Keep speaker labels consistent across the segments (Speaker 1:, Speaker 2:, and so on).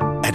Speaker 1: At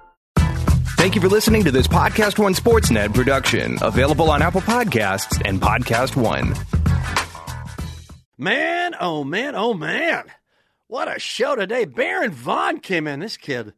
Speaker 2: Thank you for listening to this Podcast One Sportsnet production, available on Apple Podcasts and Podcast One.
Speaker 3: Man, oh man, oh man. What a show today. Baron Vaughn came in. This kid,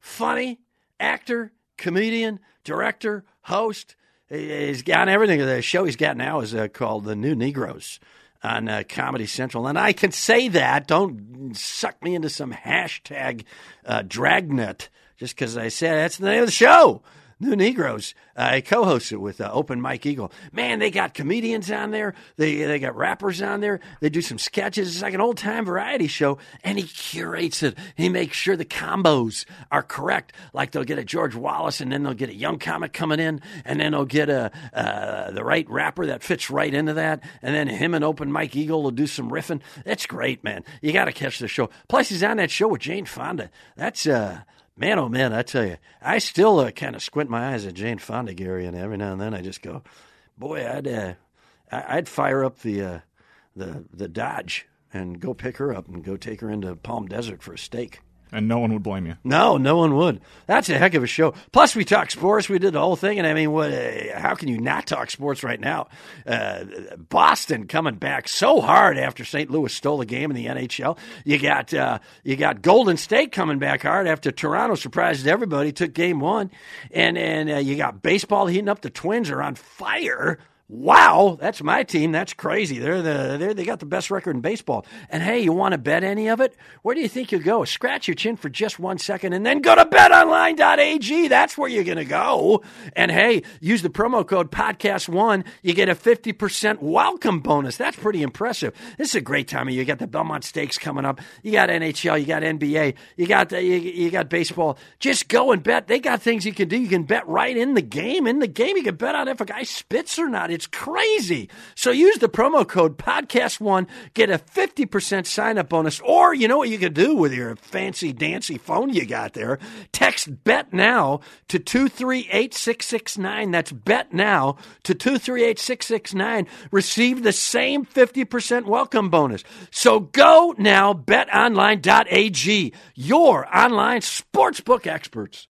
Speaker 3: funny, actor, comedian, director, host. He- He's gotten everything. The show he's got now is uh, called The New Negroes on uh, Comedy Central. And I can say that. Don't suck me into some hashtag uh, dragnet just because I said that's the name of the show. New Negroes. I co-host it with uh, Open Mike Eagle. Man, they got comedians on there. They they got rappers on there. They do some sketches. It's like an old time variety show, and he curates it. He makes sure the combos are correct. Like they'll get a George Wallace, and then they'll get a young comic coming in, and then they'll get a uh, the right rapper that fits right into that, and then him and Open Mike Eagle will do some riffing. That's great, man. You got to catch the show. Plus, he's on that show with Jane Fonda. That's uh. Man, oh man, I tell you, I still uh, kind of squint my eyes at Jane Fonda, Gary, and every now and then I just go, "Boy, I'd uh, I- I'd fire up the uh, the the Dodge and go pick her up and go take her into Palm Desert for a steak."
Speaker 4: and no one would blame you.
Speaker 3: No, no one would. That's a heck of a show. Plus, we talk sports. We did the whole thing, and I mean, what? Uh, how can you not talk sports right now? Uh, Boston coming back so hard after St. Louis stole a game in the NHL. You got uh, you got Golden State coming back hard after Toronto surprised everybody, took Game One, and and uh, you got baseball heating up. The Twins are on fire. Wow, that's my team. That's crazy. They're the they're, they got the best record in baseball. And hey, you want to bet any of it? Where do you think you'll go? Scratch your chin for just one second, and then go to BetOnline.ag. That's where you're going to go. And hey, use the promo code Podcast One. You get a fifty percent welcome bonus. That's pretty impressive. This is a great time of year. You got the Belmont Stakes coming up. You got NHL. You got NBA. You got the, you, you got baseball. Just go and bet. They got things you can do. You can bet right in the game. In the game, you can bet on if a guy spits or not. It's crazy. So use the promo code podcast1, get a 50% sign up bonus, or you know what you could do with your fancy dancy phone you got there? Text bet now to 238669. That's bet now to 238669. Receive the same 50% welcome bonus. So go now, betonline.ag, your online sportsbook experts.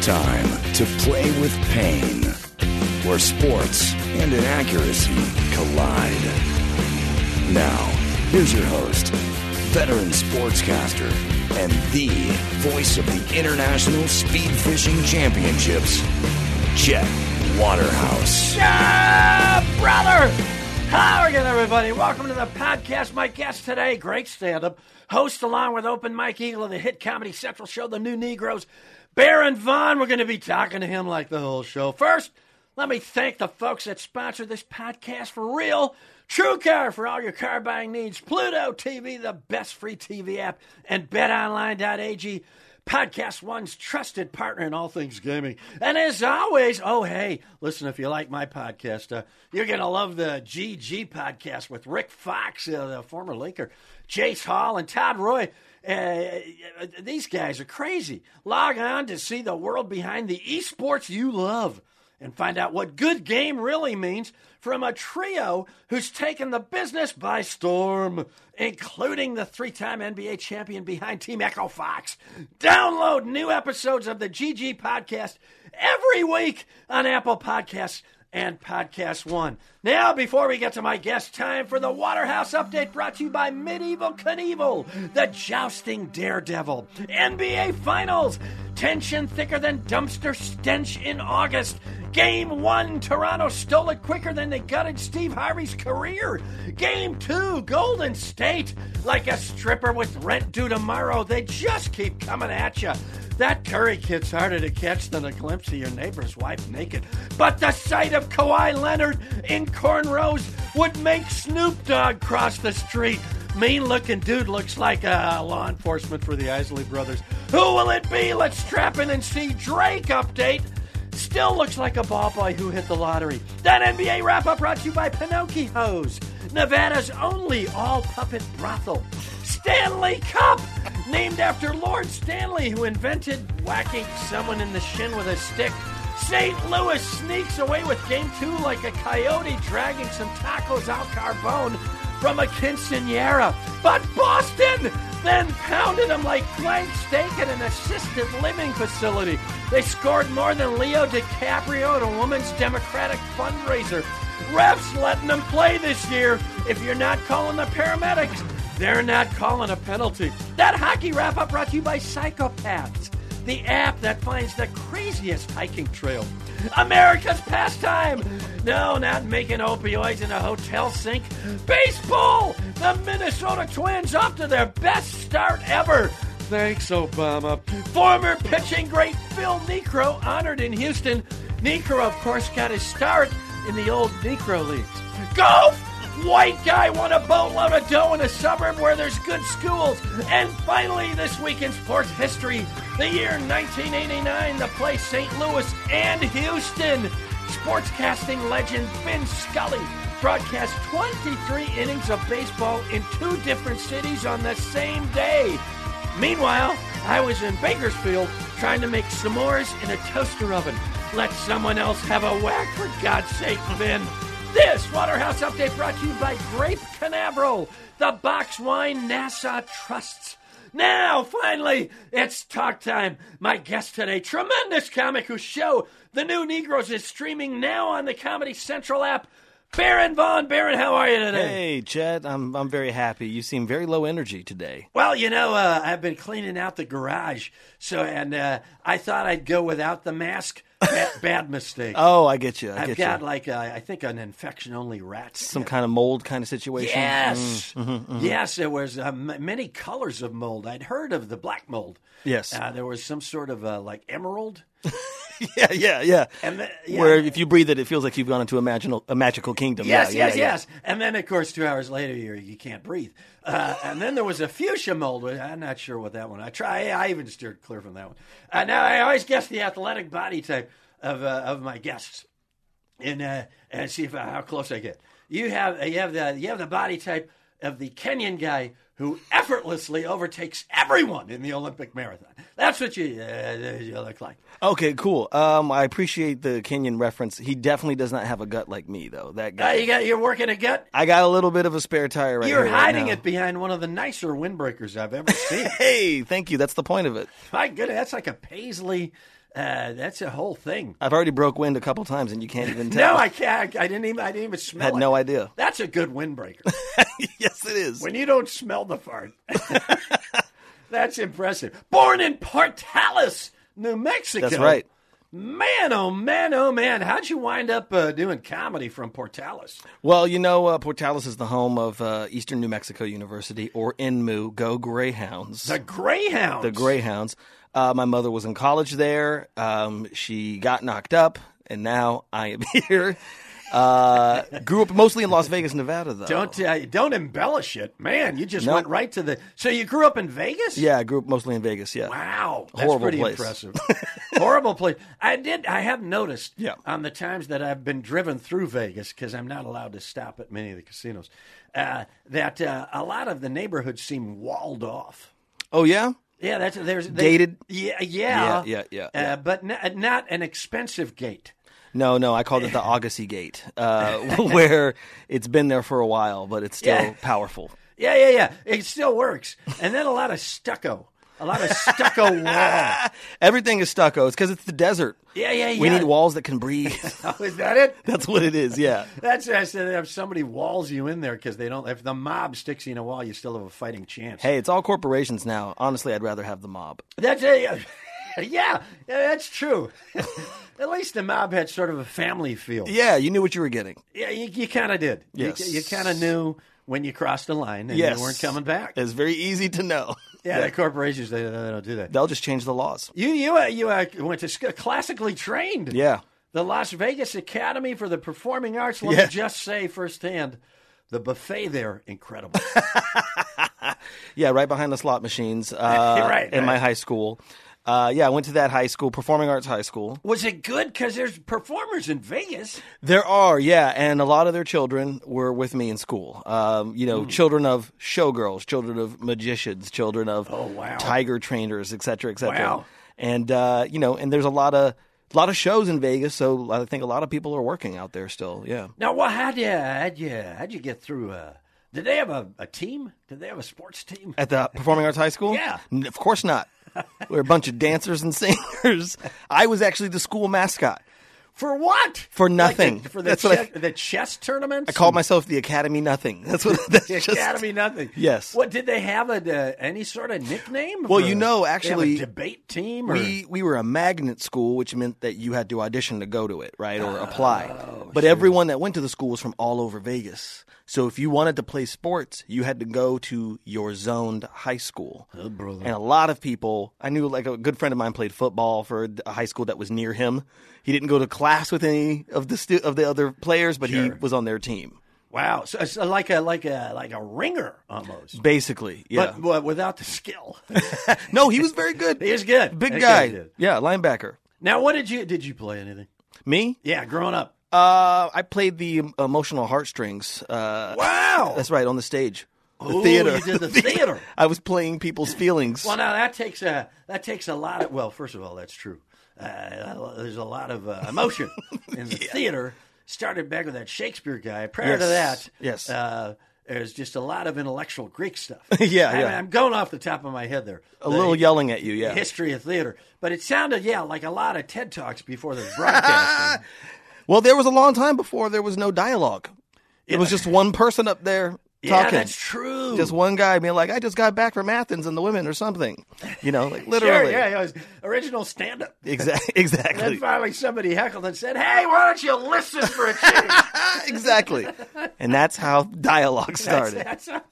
Speaker 5: Time to play with pain, where sports and inaccuracy collide. Now, here's your host, veteran sportscaster, and the voice of the International Speed Fishing Championships, Jet Waterhouse.
Speaker 3: Yeah, brother! How are you, everybody? Welcome to the podcast. My guest today, great stand-up host, along with Open Mike Eagle of the hit Comedy Central show, The New Negroes, Baron Vaughn. We're going to be talking to him like the whole show. First, let me thank the folks that sponsor this podcast for real. True Car for all your car buying needs, Pluto TV, the best free TV app, and BetOnline.ag. Podcast One's trusted partner in all things gaming. And as always, oh, hey, listen, if you like my podcast, uh, you're going to love the GG podcast with Rick Fox, uh, the former Laker, Jace Hall, and Todd Roy. Uh, these guys are crazy. Log on to see the world behind the esports you love and find out what good game really means from a trio who's taken the business by storm, including the three time NBA champion behind Team Echo Fox. Download new episodes of the GG podcast every week on Apple Podcasts and Podcast One. Now, before we get to my guest, time for the Waterhouse update brought to you by Medieval Knievel, the jousting daredevil, NBA Finals, tension thicker than dumpster stench in August. Game one, Toronto stole it quicker than they gutted Steve Harvey's career. Game two, Golden State, like a stripper with rent due tomorrow, they just keep coming at you. That Curry kid's harder to catch than a glimpse of your neighbor's wife naked. But the sight of Kawhi Leonard in cornrows would make Snoop Dogg cross the street. Mean looking dude looks like uh, law enforcement for the Isley brothers. Who will it be? Let's strap in and see Drake update. Still looks like a ball boy who hit the lottery. That NBA wrap up brought to you by Pinocchio's, Nevada's only all puppet brothel. Stanley Cup, named after Lord Stanley, who invented whacking someone in the shin with a stick. St. Louis sneaks away with game two like a coyote dragging some tacos out Carbone from a quinceanera. But Boston then pounded them like blank steak at an assisted living facility. They scored more than Leo DiCaprio at a woman's Democratic fundraiser. Refs letting them play this year. If you're not calling the paramedics, they're not calling a penalty. That hockey wrap up brought to you by Psychopaths, the app that finds the craziest hiking trail. America's pastime. No, not making opioids in a hotel sink. Baseball! The Minnesota Twins off to their best start ever. Thanks, Obama. Former pitching great Phil Necro honored in Houston. Necro, of course, got his start in the old Necro leagues. Golf! White guy won a boatload of dough in a suburb where there's good schools. And finally, this week in sports history, the year 1989, the place St. Louis and Houston. Sportscasting legend Vin Scully broadcast 23 innings of baseball in two different cities on the same day. Meanwhile, I was in Bakersfield trying to make s'mores in a toaster oven. Let someone else have a whack, for God's sake, Vin. This Waterhouse update brought to you by Grape Canaveral, the box wine NASA trusts. Now, finally, it's talk time. My guest today, tremendous comic whose show, The New Negroes, is streaming now on the Comedy Central app. Baron Vaughn, Baron, how are you today?
Speaker 4: Hey, Chet, I'm I'm very happy. You seem very low energy today.
Speaker 3: Well, you know, uh, I've been cleaning out the garage, so and uh, I thought I'd go without the mask. Bad, bad mistake.
Speaker 4: Oh, I get you. I
Speaker 3: I've
Speaker 4: get
Speaker 3: got
Speaker 4: you.
Speaker 3: like a, I think an infection only rat.
Speaker 4: Some
Speaker 3: skin.
Speaker 4: mm-hmm, kind of mold kind of situation. Mm.
Speaker 3: Yes, yes. There was uh, m- many colors of mold. I'd heard of the black mold.
Speaker 4: Yes.
Speaker 3: uh, there was some sort of uh, like emerald.
Speaker 4: yeah, yeah, yeah.
Speaker 3: And the- yeah.
Speaker 4: Where if you breathe it, it feels like you've gone into a, magical a magical kingdom.
Speaker 3: Yes,
Speaker 4: Yeah, yeah,
Speaker 3: yes,
Speaker 4: yeah.
Speaker 3: yes. And then, of course, two hours later, you you can't breathe. Uh, and then there was a fuchsia mold. which I'm not sure what that one. I try. I even steered clear from that one. Uh, now I always guess the athletic body type of uh, of my guests, and uh, and see if how close I get. You have you have the you have the body type of the Kenyan guy who effortlessly overtakes everyone in the Olympic marathon. That's what you uh, you look like.
Speaker 4: Okay, cool. Um, I appreciate the Kenyan reference. He definitely does not have a gut like me, though. That
Speaker 3: Uh,
Speaker 4: guy.
Speaker 3: you got you're working a gut.
Speaker 4: I got a little bit of a spare tire right
Speaker 3: You're
Speaker 4: here.
Speaker 3: hiding
Speaker 4: right
Speaker 3: it behind one of the nicer windbreakers I've ever seen.
Speaker 4: Hey, thank you. That's the point of it.
Speaker 3: My goodness, that's like a paisley. Uh, that's a whole thing.
Speaker 4: I've already broke wind a couple times, and you can't even tell.
Speaker 3: No, I can't. I didn't even. I didn't even smell.
Speaker 4: Had
Speaker 3: it.
Speaker 4: no idea.
Speaker 3: That's a good windbreaker.
Speaker 4: yes, it is.
Speaker 3: when you don't smell the fart, that's impressive. Born in Portales, New Mexico.
Speaker 4: That's right.
Speaker 3: Man, oh man, oh man! How'd you wind up uh, doing comedy from Portales?
Speaker 4: Well, you know, uh, Portales is the home of uh, Eastern New Mexico University, or INMU. Go Greyhounds.
Speaker 3: The Greyhounds.
Speaker 4: The Greyhounds. Uh, my mother was in college there. Um, she got knocked up, and now I am here. Uh, grew up mostly in Las Vegas, Nevada, though.
Speaker 3: Don't uh, don't embellish it, man. You just
Speaker 4: Nope.
Speaker 3: went right to the. So you grew up in Vegas?
Speaker 4: yeah, I grew up mostly in Vegas. Yeah.
Speaker 3: Wow, that's
Speaker 4: Horrible
Speaker 3: pretty
Speaker 4: place.
Speaker 3: impressive. Horrible place. I did. I have noticed.
Speaker 4: Yeah.
Speaker 3: On the times that I've been driven through Vegas, because I'm not allowed to stop at many of the casinos, uh, that uh, a lot of the neighborhoods seem walled off.
Speaker 4: Oh yeah.
Speaker 3: Yeah, that's there's they,
Speaker 4: Gated?
Speaker 3: Yeah, yeah,
Speaker 4: Yeah, yeah, yeah,
Speaker 3: uh,
Speaker 4: yeah.
Speaker 3: But n- not an expensive gate.
Speaker 4: No, no, I called it the Agassiz Gate, uh, where it's been there for a while, but it's still
Speaker 3: Yeah.
Speaker 4: powerful.
Speaker 3: Yeah, yeah, yeah. It still works, and then a lot of stucco, a lot of stucco wall. Yeah,
Speaker 4: Everything is stucco. It's because it's the desert.
Speaker 3: yeah, yeah.
Speaker 4: We need walls that can breathe.
Speaker 3: Oh, is that it?
Speaker 4: That's what it is. Yeah.
Speaker 3: That's I said if somebody walls you in there because they don't. If the mob sticks you in a wall, you still have a fighting chance.
Speaker 4: Hey, it's all corporations now. Honestly, I'd rather have the mob.
Speaker 3: that's a, yeah, yeah, that's true. At least the mob had sort of a family feel.
Speaker 4: Yeah, you knew what you were getting.
Speaker 3: Yeah, you, you kind of did. You-
Speaker 4: Yes.
Speaker 3: you, kind of knew when you crossed the line and
Speaker 4: yes.
Speaker 3: you weren't coming back.
Speaker 4: It's very easy to know.
Speaker 3: yeah, the corporations they, they don't do that.
Speaker 4: They'll just change the laws.
Speaker 3: You you uh, you uh, went to sc- classically trained.
Speaker 4: Yeah.
Speaker 3: The Las Vegas Academy for the Performing Arts. Let
Speaker 4: Yeah.
Speaker 3: me just say firsthand, the buffet there incredible.
Speaker 4: Yeah, right behind the slot machines uh,
Speaker 3: Right,
Speaker 4: in my
Speaker 3: right.
Speaker 4: high school. Uh, yeah, I went to that high school, Performing Arts High School.
Speaker 3: Was it good? Because there's performers in Vegas.
Speaker 4: There are, yeah, and a lot of their children were with me in school. Um, you know,
Speaker 3: Hmm.
Speaker 4: children of showgirls, children of magicians, children of
Speaker 3: Oh, wow.
Speaker 4: tiger trainers, et cetera, et cetera.
Speaker 3: Wow.
Speaker 4: And uh, you know, and there's a lot of lot of shows in Vegas, so I think a lot of people are working out there still. Yeah.
Speaker 3: Now, what? How'd you? How'd you? How'd you get through? Uh, did they have a, a team? Did they have a sports team?
Speaker 4: At the Performing Arts High School?
Speaker 3: Yeah.
Speaker 4: N- of course not. We're a bunch of dancers and singers. I was actually the school mascot.
Speaker 3: For what?
Speaker 4: For
Speaker 3: Like the-
Speaker 4: nothing.
Speaker 3: for the,
Speaker 4: That's what I-
Speaker 3: chess, the chess tournaments.
Speaker 4: I called myself the Academy Nothing. That's what that's
Speaker 3: the
Speaker 4: just-
Speaker 3: academy. Nothing.
Speaker 4: Yes.
Speaker 3: What did they have a uh, any sort of nickname?
Speaker 4: Well,
Speaker 3: for-
Speaker 4: you know,
Speaker 3: they have a
Speaker 4: actually,
Speaker 3: debate team. Or,
Speaker 4: we we were a magnet school, which meant that you had to audition to go to it, right, or
Speaker 3: Oh,
Speaker 4: apply. but everyone that went to the school was from all over Vegas. So if you wanted to play sports, you had to go to your zoned high school.
Speaker 3: Oh,
Speaker 4: And a lot of people, I knew like a good friend of mine played football for a high school that was near him. He didn't go to class with any of the stu- of the other players, but he was on their team.
Speaker 3: wow. So, so like a like a like a ringer almost.
Speaker 4: Basically, yeah.
Speaker 3: But well, without the skill.
Speaker 4: no, he was very good.
Speaker 3: He was good.
Speaker 4: Big
Speaker 3: That
Speaker 4: guy.
Speaker 3: guy did.
Speaker 4: Yeah, linebacker.
Speaker 3: now, what did you did you play anything?
Speaker 4: Me?
Speaker 3: Yeah, growing up.
Speaker 4: Uh, I played the em- emotional heartstrings. Uh,
Speaker 3: Wow.
Speaker 4: That's right on the stage, the
Speaker 3: Ooh,
Speaker 4: theater.
Speaker 3: you did the theater.
Speaker 4: I was playing people's feelings.
Speaker 3: Well, now that takes a that takes a lot of. Well, first of all, that's true. Uh, there's a lot of uh, emotion in the theater. Started back with that Shakespeare guy. Prior to
Speaker 4: Yes.
Speaker 3: that,
Speaker 4: Yes.
Speaker 3: uh, there's just a lot of intellectual Greek stuff.
Speaker 4: Yeah,
Speaker 3: I
Speaker 4: yeah.
Speaker 3: I'm going off the top of my head there.
Speaker 4: a little yelling at you, yeah.
Speaker 3: History of theater, but it sounded yeah like a lot of TED talks before the broadcasting.
Speaker 4: Well, there was a long time before there was no dialogue. It was just one person up there
Speaker 3: yeah,
Speaker 4: talking.
Speaker 3: that's true.
Speaker 4: Just one guy being like, "I just got back from Athens and the women or something," you know, like
Speaker 3: sure,
Speaker 4: literally.
Speaker 3: yeah, it was original stand up.
Speaker 4: Exac-
Speaker 3: Then
Speaker 4: exactly.
Speaker 3: finally somebody heckled and said, "Hey, why don't you listen for a change?"
Speaker 4: exactly. And that's how dialogue started.
Speaker 3: That's a,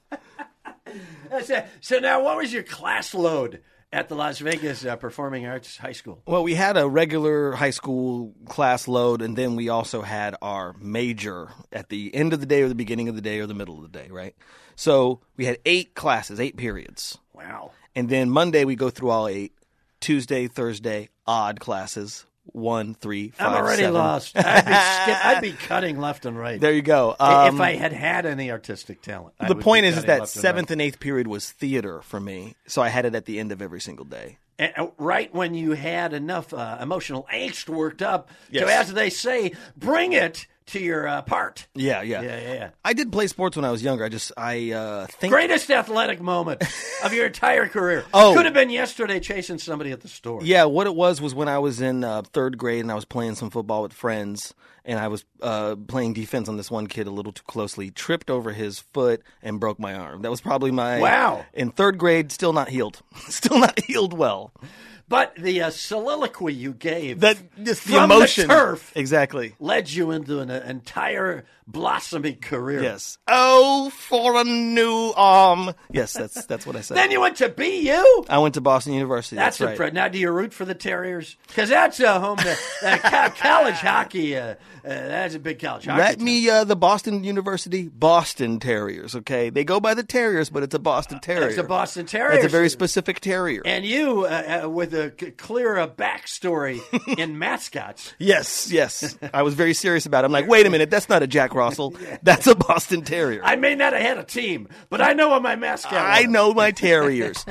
Speaker 3: that's a, so now, what was your class load at the Las Vegas uh, Performing Arts High School?
Speaker 4: Well, we had a regular high school class load, and then we also had our major at the end of the day, or the beginning of the day, or the middle of the day, right? So we had eight classes, eight periods.
Speaker 3: Wow.
Speaker 4: And then Monday, we go through all eight. Tuesday, Thursday, odd classes one, three, five,
Speaker 3: I'm already
Speaker 4: seven.
Speaker 3: lost. I'd be, skip, I'd be cutting left and right
Speaker 4: There you go.
Speaker 3: I-
Speaker 4: Um,
Speaker 3: if I had had any artistic talent. I
Speaker 4: the
Speaker 3: would be
Speaker 4: point is, is
Speaker 3: cutting
Speaker 4: that
Speaker 3: left and
Speaker 4: seventh and eighth period was theater for me, so I had it at the end of every single day.
Speaker 3: right. And, uh, right when you had enough uh, emotional angst worked up
Speaker 4: Yes.
Speaker 3: to, as they say, bring it to your uh, part.
Speaker 4: Yeah, yeah,
Speaker 3: Yeah, yeah, yeah.
Speaker 4: I did play sports when I was younger. I just, I uh, think
Speaker 3: Greatest athletic moment of your entire career.
Speaker 4: Oh.
Speaker 3: Could have been yesterday chasing somebody at the store.
Speaker 4: Yeah, what it was was when I was in uh, third grade and I was playing some football with friends, and I was uh, playing defense on this one kid a little too closely, tripped over his foot and broke my arm. That was probably my
Speaker 3: Wow.
Speaker 4: in third grade, still not healed, still not healed well.
Speaker 3: But the uh, soliloquy you gave
Speaker 4: That just the
Speaker 3: From the
Speaker 4: emotion,
Speaker 3: turf.
Speaker 4: exactly.
Speaker 3: led you into an entire blossoming career.
Speaker 4: Yes. Oh, for a new arm. Yes, that's that's what I said.
Speaker 3: Then you went to BU.
Speaker 4: I went to Boston University.
Speaker 3: That's,
Speaker 4: That's, right.
Speaker 3: impre- Now, do you root for the Terriers? Because that's a home to that co- college hockey. Uh, uh, that's a big college hockey.
Speaker 4: Let
Speaker 3: team.
Speaker 4: me uh, the Boston University Boston Terriers. Okay, they go by the Terriers, but it's a Boston Terrier.
Speaker 3: It's the Boston Terriers.
Speaker 4: It's a very specific terrier.
Speaker 3: and you uh, uh, with a c- clear uh, backstory in mascots.
Speaker 4: yes, yes. I was very serious about it. I'm like, wait a minute, that's not a Jack Russell. That's a Boston Terrier. I,
Speaker 3: I may not have had a team, but I know what my mascot. was.
Speaker 4: know my terriers.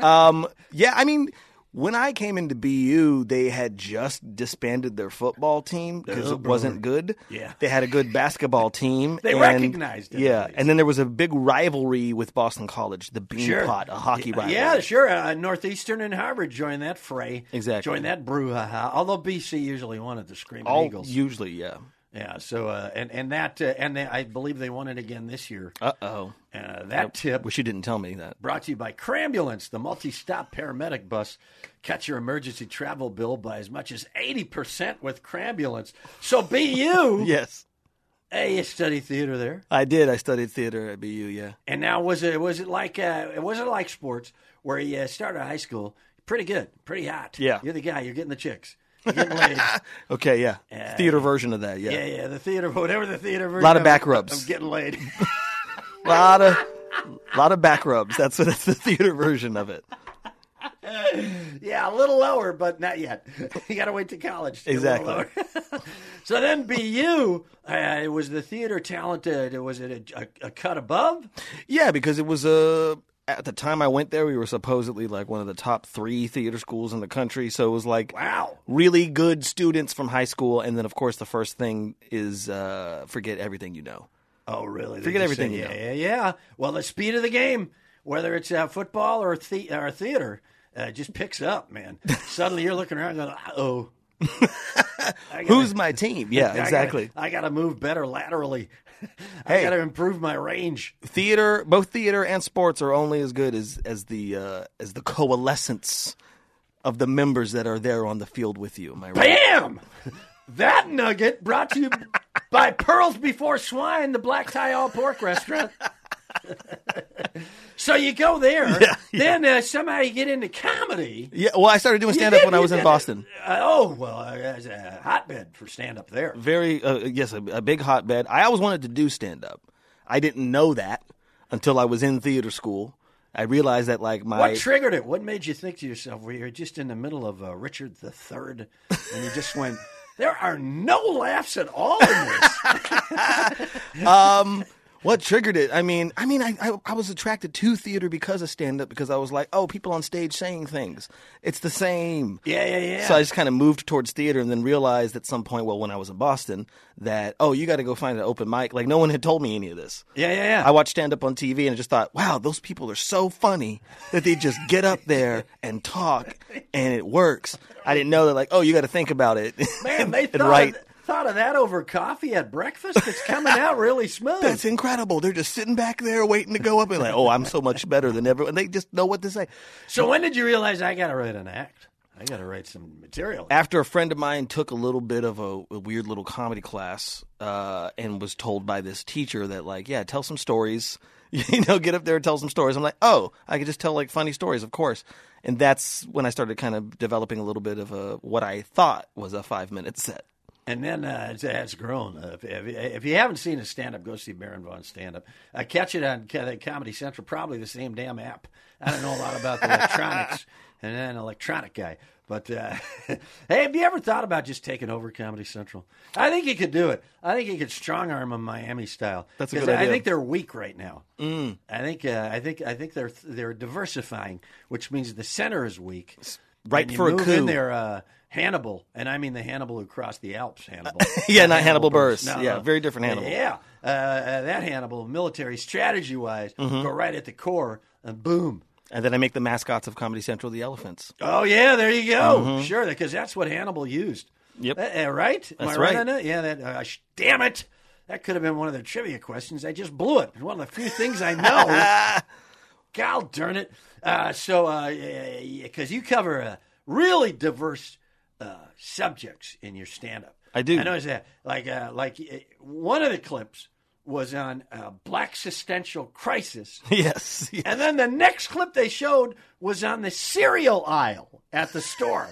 Speaker 4: um, yeah, I mean, when I came into BU, they had just disbanded their football team because it wasn't good.
Speaker 3: Oh, Yeah.
Speaker 4: They had a good basketball team.
Speaker 3: They
Speaker 4: and-
Speaker 3: recognized it,
Speaker 4: Yeah.
Speaker 3: at least.
Speaker 4: And then there was a big rivalry with Boston College, the Beanpot, a hockey rivalry.
Speaker 3: Yeah, sure. Uh, Northeastern and Harvard joined that fray.
Speaker 4: Exactly.
Speaker 3: Joined that brouhaha. Although BC usually wanted the Screaming
Speaker 4: All,
Speaker 3: Eagles.
Speaker 4: usually, yeah.
Speaker 3: yeah. So uh, and and that uh, and they, I believe they won it again this year.
Speaker 4: Uh oh.
Speaker 3: Uh, that tip
Speaker 4: Wish you didn't tell me that.
Speaker 3: brought to you by Crambulance, the multi-stop paramedic bus. Cut your emergency travel bill by as much as eighty percent with Crambulance. So be you.
Speaker 4: Yes.
Speaker 3: Hey, you studied theater there,
Speaker 4: I did. I studied theater at BU. Yeah.
Speaker 3: and now was it was it like uh, it wasn't like sports where you uh, started high school pretty good, pretty hot.
Speaker 4: Yeah.
Speaker 3: you're the guy. You're getting the chicks. You're getting ladies.
Speaker 4: Okay. Yeah. theater version of that. Yeah.
Speaker 3: yeah, yeah. The theater, whatever the theater version.
Speaker 4: Lot of
Speaker 3: it,
Speaker 4: back rubs.
Speaker 3: I'm getting laid.
Speaker 4: Lot of, lot of back rubs. That's what. That's the theater version of it.
Speaker 3: yeah, a little lower, but not yet. you got to wait to college. to get a little
Speaker 4: Exactly.
Speaker 3: lower. so then BU, uh, it was the theater talented. Was it a, a, a cut above?
Speaker 4: Yeah, because it was Uh, at the time I went there, we were supposedly like one of the top three theater schools in the country. So it was like
Speaker 3: Wow.
Speaker 4: really good students from high school, and then of course the first thing is uh, forget everything you know.
Speaker 3: Oh, really? They
Speaker 4: Forget
Speaker 3: just
Speaker 4: everything you
Speaker 3: yeah,
Speaker 4: know.
Speaker 3: yeah, yeah. Well, the speed of the game, whether it's uh, football or, the- or theater, uh, just picks up, man. Suddenly you're looking around going, oh.
Speaker 4: Who's my team? Yeah, exactly.
Speaker 3: I got to move better laterally. I
Speaker 4: Hey.
Speaker 3: got to improve my range.
Speaker 4: Theater, both theater and sports are only as good as as the uh, as the coalescence of the members that are there on the field with you. Am I right?
Speaker 3: Bam! That nugget brought to you by Pearls Before Swine, the black tie all pork restaurant. so you go there, then uh, somehow you get into comedy.
Speaker 4: Yeah. Well, I started doing
Speaker 3: You
Speaker 4: stand up
Speaker 3: did-
Speaker 4: when I
Speaker 3: you
Speaker 4: was in
Speaker 3: did-
Speaker 4: Boston.
Speaker 3: Uh, oh well, uh, as a hotbed for stand up there.
Speaker 4: Very uh, yes, a, a big hotbed. I always wanted to do stand up. I didn't know that until I was in theater school. I realized that like my
Speaker 3: What triggered it? What made you think to yourself? Well, you're just in the middle of uh, Richard the Third, and you just went. There are no laughs at all in this.
Speaker 4: um, What triggered it? I mean, I mean, I, I, I was attracted to theater because of stand up because I was like, oh, people on stage saying things. It's the same.
Speaker 3: yeah, yeah, yeah.
Speaker 4: So I just kind of moved towards theater and then realized at some point, well, when I was in Boston, that, oh, you got to go find an open mic. Like, no one had told me any of this.
Speaker 3: yeah, yeah, yeah.
Speaker 4: I watched stand up on TV and I just thought, wow, those people are so funny that they just get up there and talk and it works. I didn't know that, like, oh, you got to think about it.
Speaker 3: Man, they
Speaker 4: and
Speaker 3: thought,
Speaker 4: write.
Speaker 3: of, thought of that over coffee at breakfast. It's coming out really smooth.
Speaker 4: That's incredible. They're just sitting back there waiting to go up and like, oh, I'm so much better than everyone. They just know what to say.
Speaker 3: so when did you realize I got to write an act? I got to write some material.
Speaker 4: After a friend of mine took a little bit of a, a weird little comedy class uh, and was told by this teacher that like, yeah, tell some stories. You know, get up there and tell some stories. I'm like, oh, I could just tell like funny stories, of course. And that's when I started kind of developing a little bit of a what I thought was a five minute set.
Speaker 3: And then uh, it's, it's grown. Uh, if, if, if you haven't seen a stand up, go see Baron Von stand up. Uh, catch it on Co- Comedy Central, probably the same damn app. I don't know a lot about the electronics, and I'm an electronic guy. But uh, hey, have you ever thought about just taking over Comedy Central? I think you could do it. I think you could strong arm them Miami style.
Speaker 4: That's a
Speaker 3: 'Cause
Speaker 4: good
Speaker 3: I
Speaker 4: idea.
Speaker 3: think they're weak right now. Mm. I think uh, I think I think they're they're diversifying, which means the center is weak.
Speaker 4: Right
Speaker 3: And you
Speaker 4: for a
Speaker 3: move
Speaker 4: coup.
Speaker 3: in there, uh, Hannibal, and I mean the Hannibal who crossed the Alps, Hannibal.
Speaker 4: Yeah, not Hannibal Buress.
Speaker 3: No,
Speaker 4: yeah,
Speaker 3: no.
Speaker 4: very different Hannibal.
Speaker 3: Yeah, uh, uh, that Hannibal, military strategy wise,
Speaker 4: Mm-hmm.
Speaker 3: go right at the core, and boom.
Speaker 4: And then I make the mascots of Comedy Central the elephants.
Speaker 3: Oh yeah, there you go. Sure, because that's what Hannibal used.
Speaker 4: Mm-hmm. Yep.
Speaker 3: Uh, uh, right? Am
Speaker 4: That's
Speaker 3: I right,
Speaker 4: right.
Speaker 3: on that? Yeah. That. Uh, sh- damn it. That could have been one of their trivia questions. I just blew it. It's one of the few things I know. God darn it. Uh, so, because uh, yeah, 'cause you cover uh, really diverse uh, subjects in your stand up.
Speaker 4: I do.
Speaker 3: I noticed that. Like, uh, like uh, one of the clips was on uh, Black Existential Crisis.
Speaker 4: yes.
Speaker 3: And then the next clip they showed was on the cereal aisle at the store.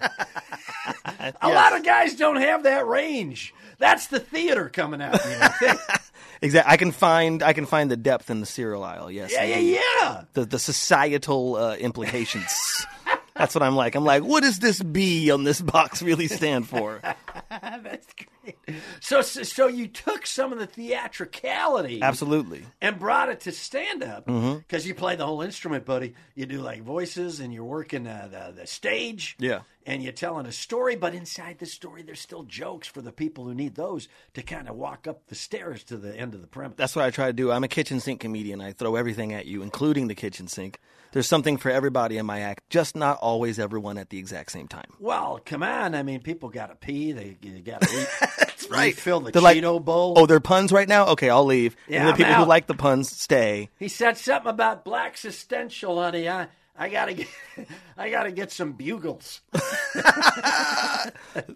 Speaker 3: A lot of guys don't have that range. That's the theater coming out. You know?
Speaker 4: Exactly. I can find I can find the depth in the cereal aisle. Yes.
Speaker 3: yeah, yeah,
Speaker 4: indeed.
Speaker 3: yeah.
Speaker 4: the the societal uh, implications. That's what I'm like. I'm like, what does this B on this box really stand for?
Speaker 3: That's great. So, so, so you took some of the theatricality
Speaker 4: Absolutely.
Speaker 3: and brought it to stand up
Speaker 4: Mm-hmm.
Speaker 3: because you play the whole instrument, buddy. You do like voices and you're working uh, the, the stage.
Speaker 4: Yeah.
Speaker 3: And you're telling a story, but inside the story, there's still jokes for the people who need those to kind of walk up the stairs to the end of the premise.
Speaker 4: That's what I try to do. I'm a kitchen sink comedian. I throw everything at you, including the kitchen sink. There's something for everybody in my act, just not always everyone at the exact same time.
Speaker 3: well, come on. I mean, people got to pee. They, they got to eat. That's
Speaker 4: right.
Speaker 3: Fill the
Speaker 4: They're like,
Speaker 3: Cheeto bowl.
Speaker 4: Oh, they're puns right now? Okay, I'll leave.
Speaker 3: Yeah,
Speaker 4: and the
Speaker 3: I'm
Speaker 4: people who
Speaker 3: out.
Speaker 4: like the puns stay.
Speaker 3: He said something about black existential, honey. I, I gotta get, I gotta get some bugles.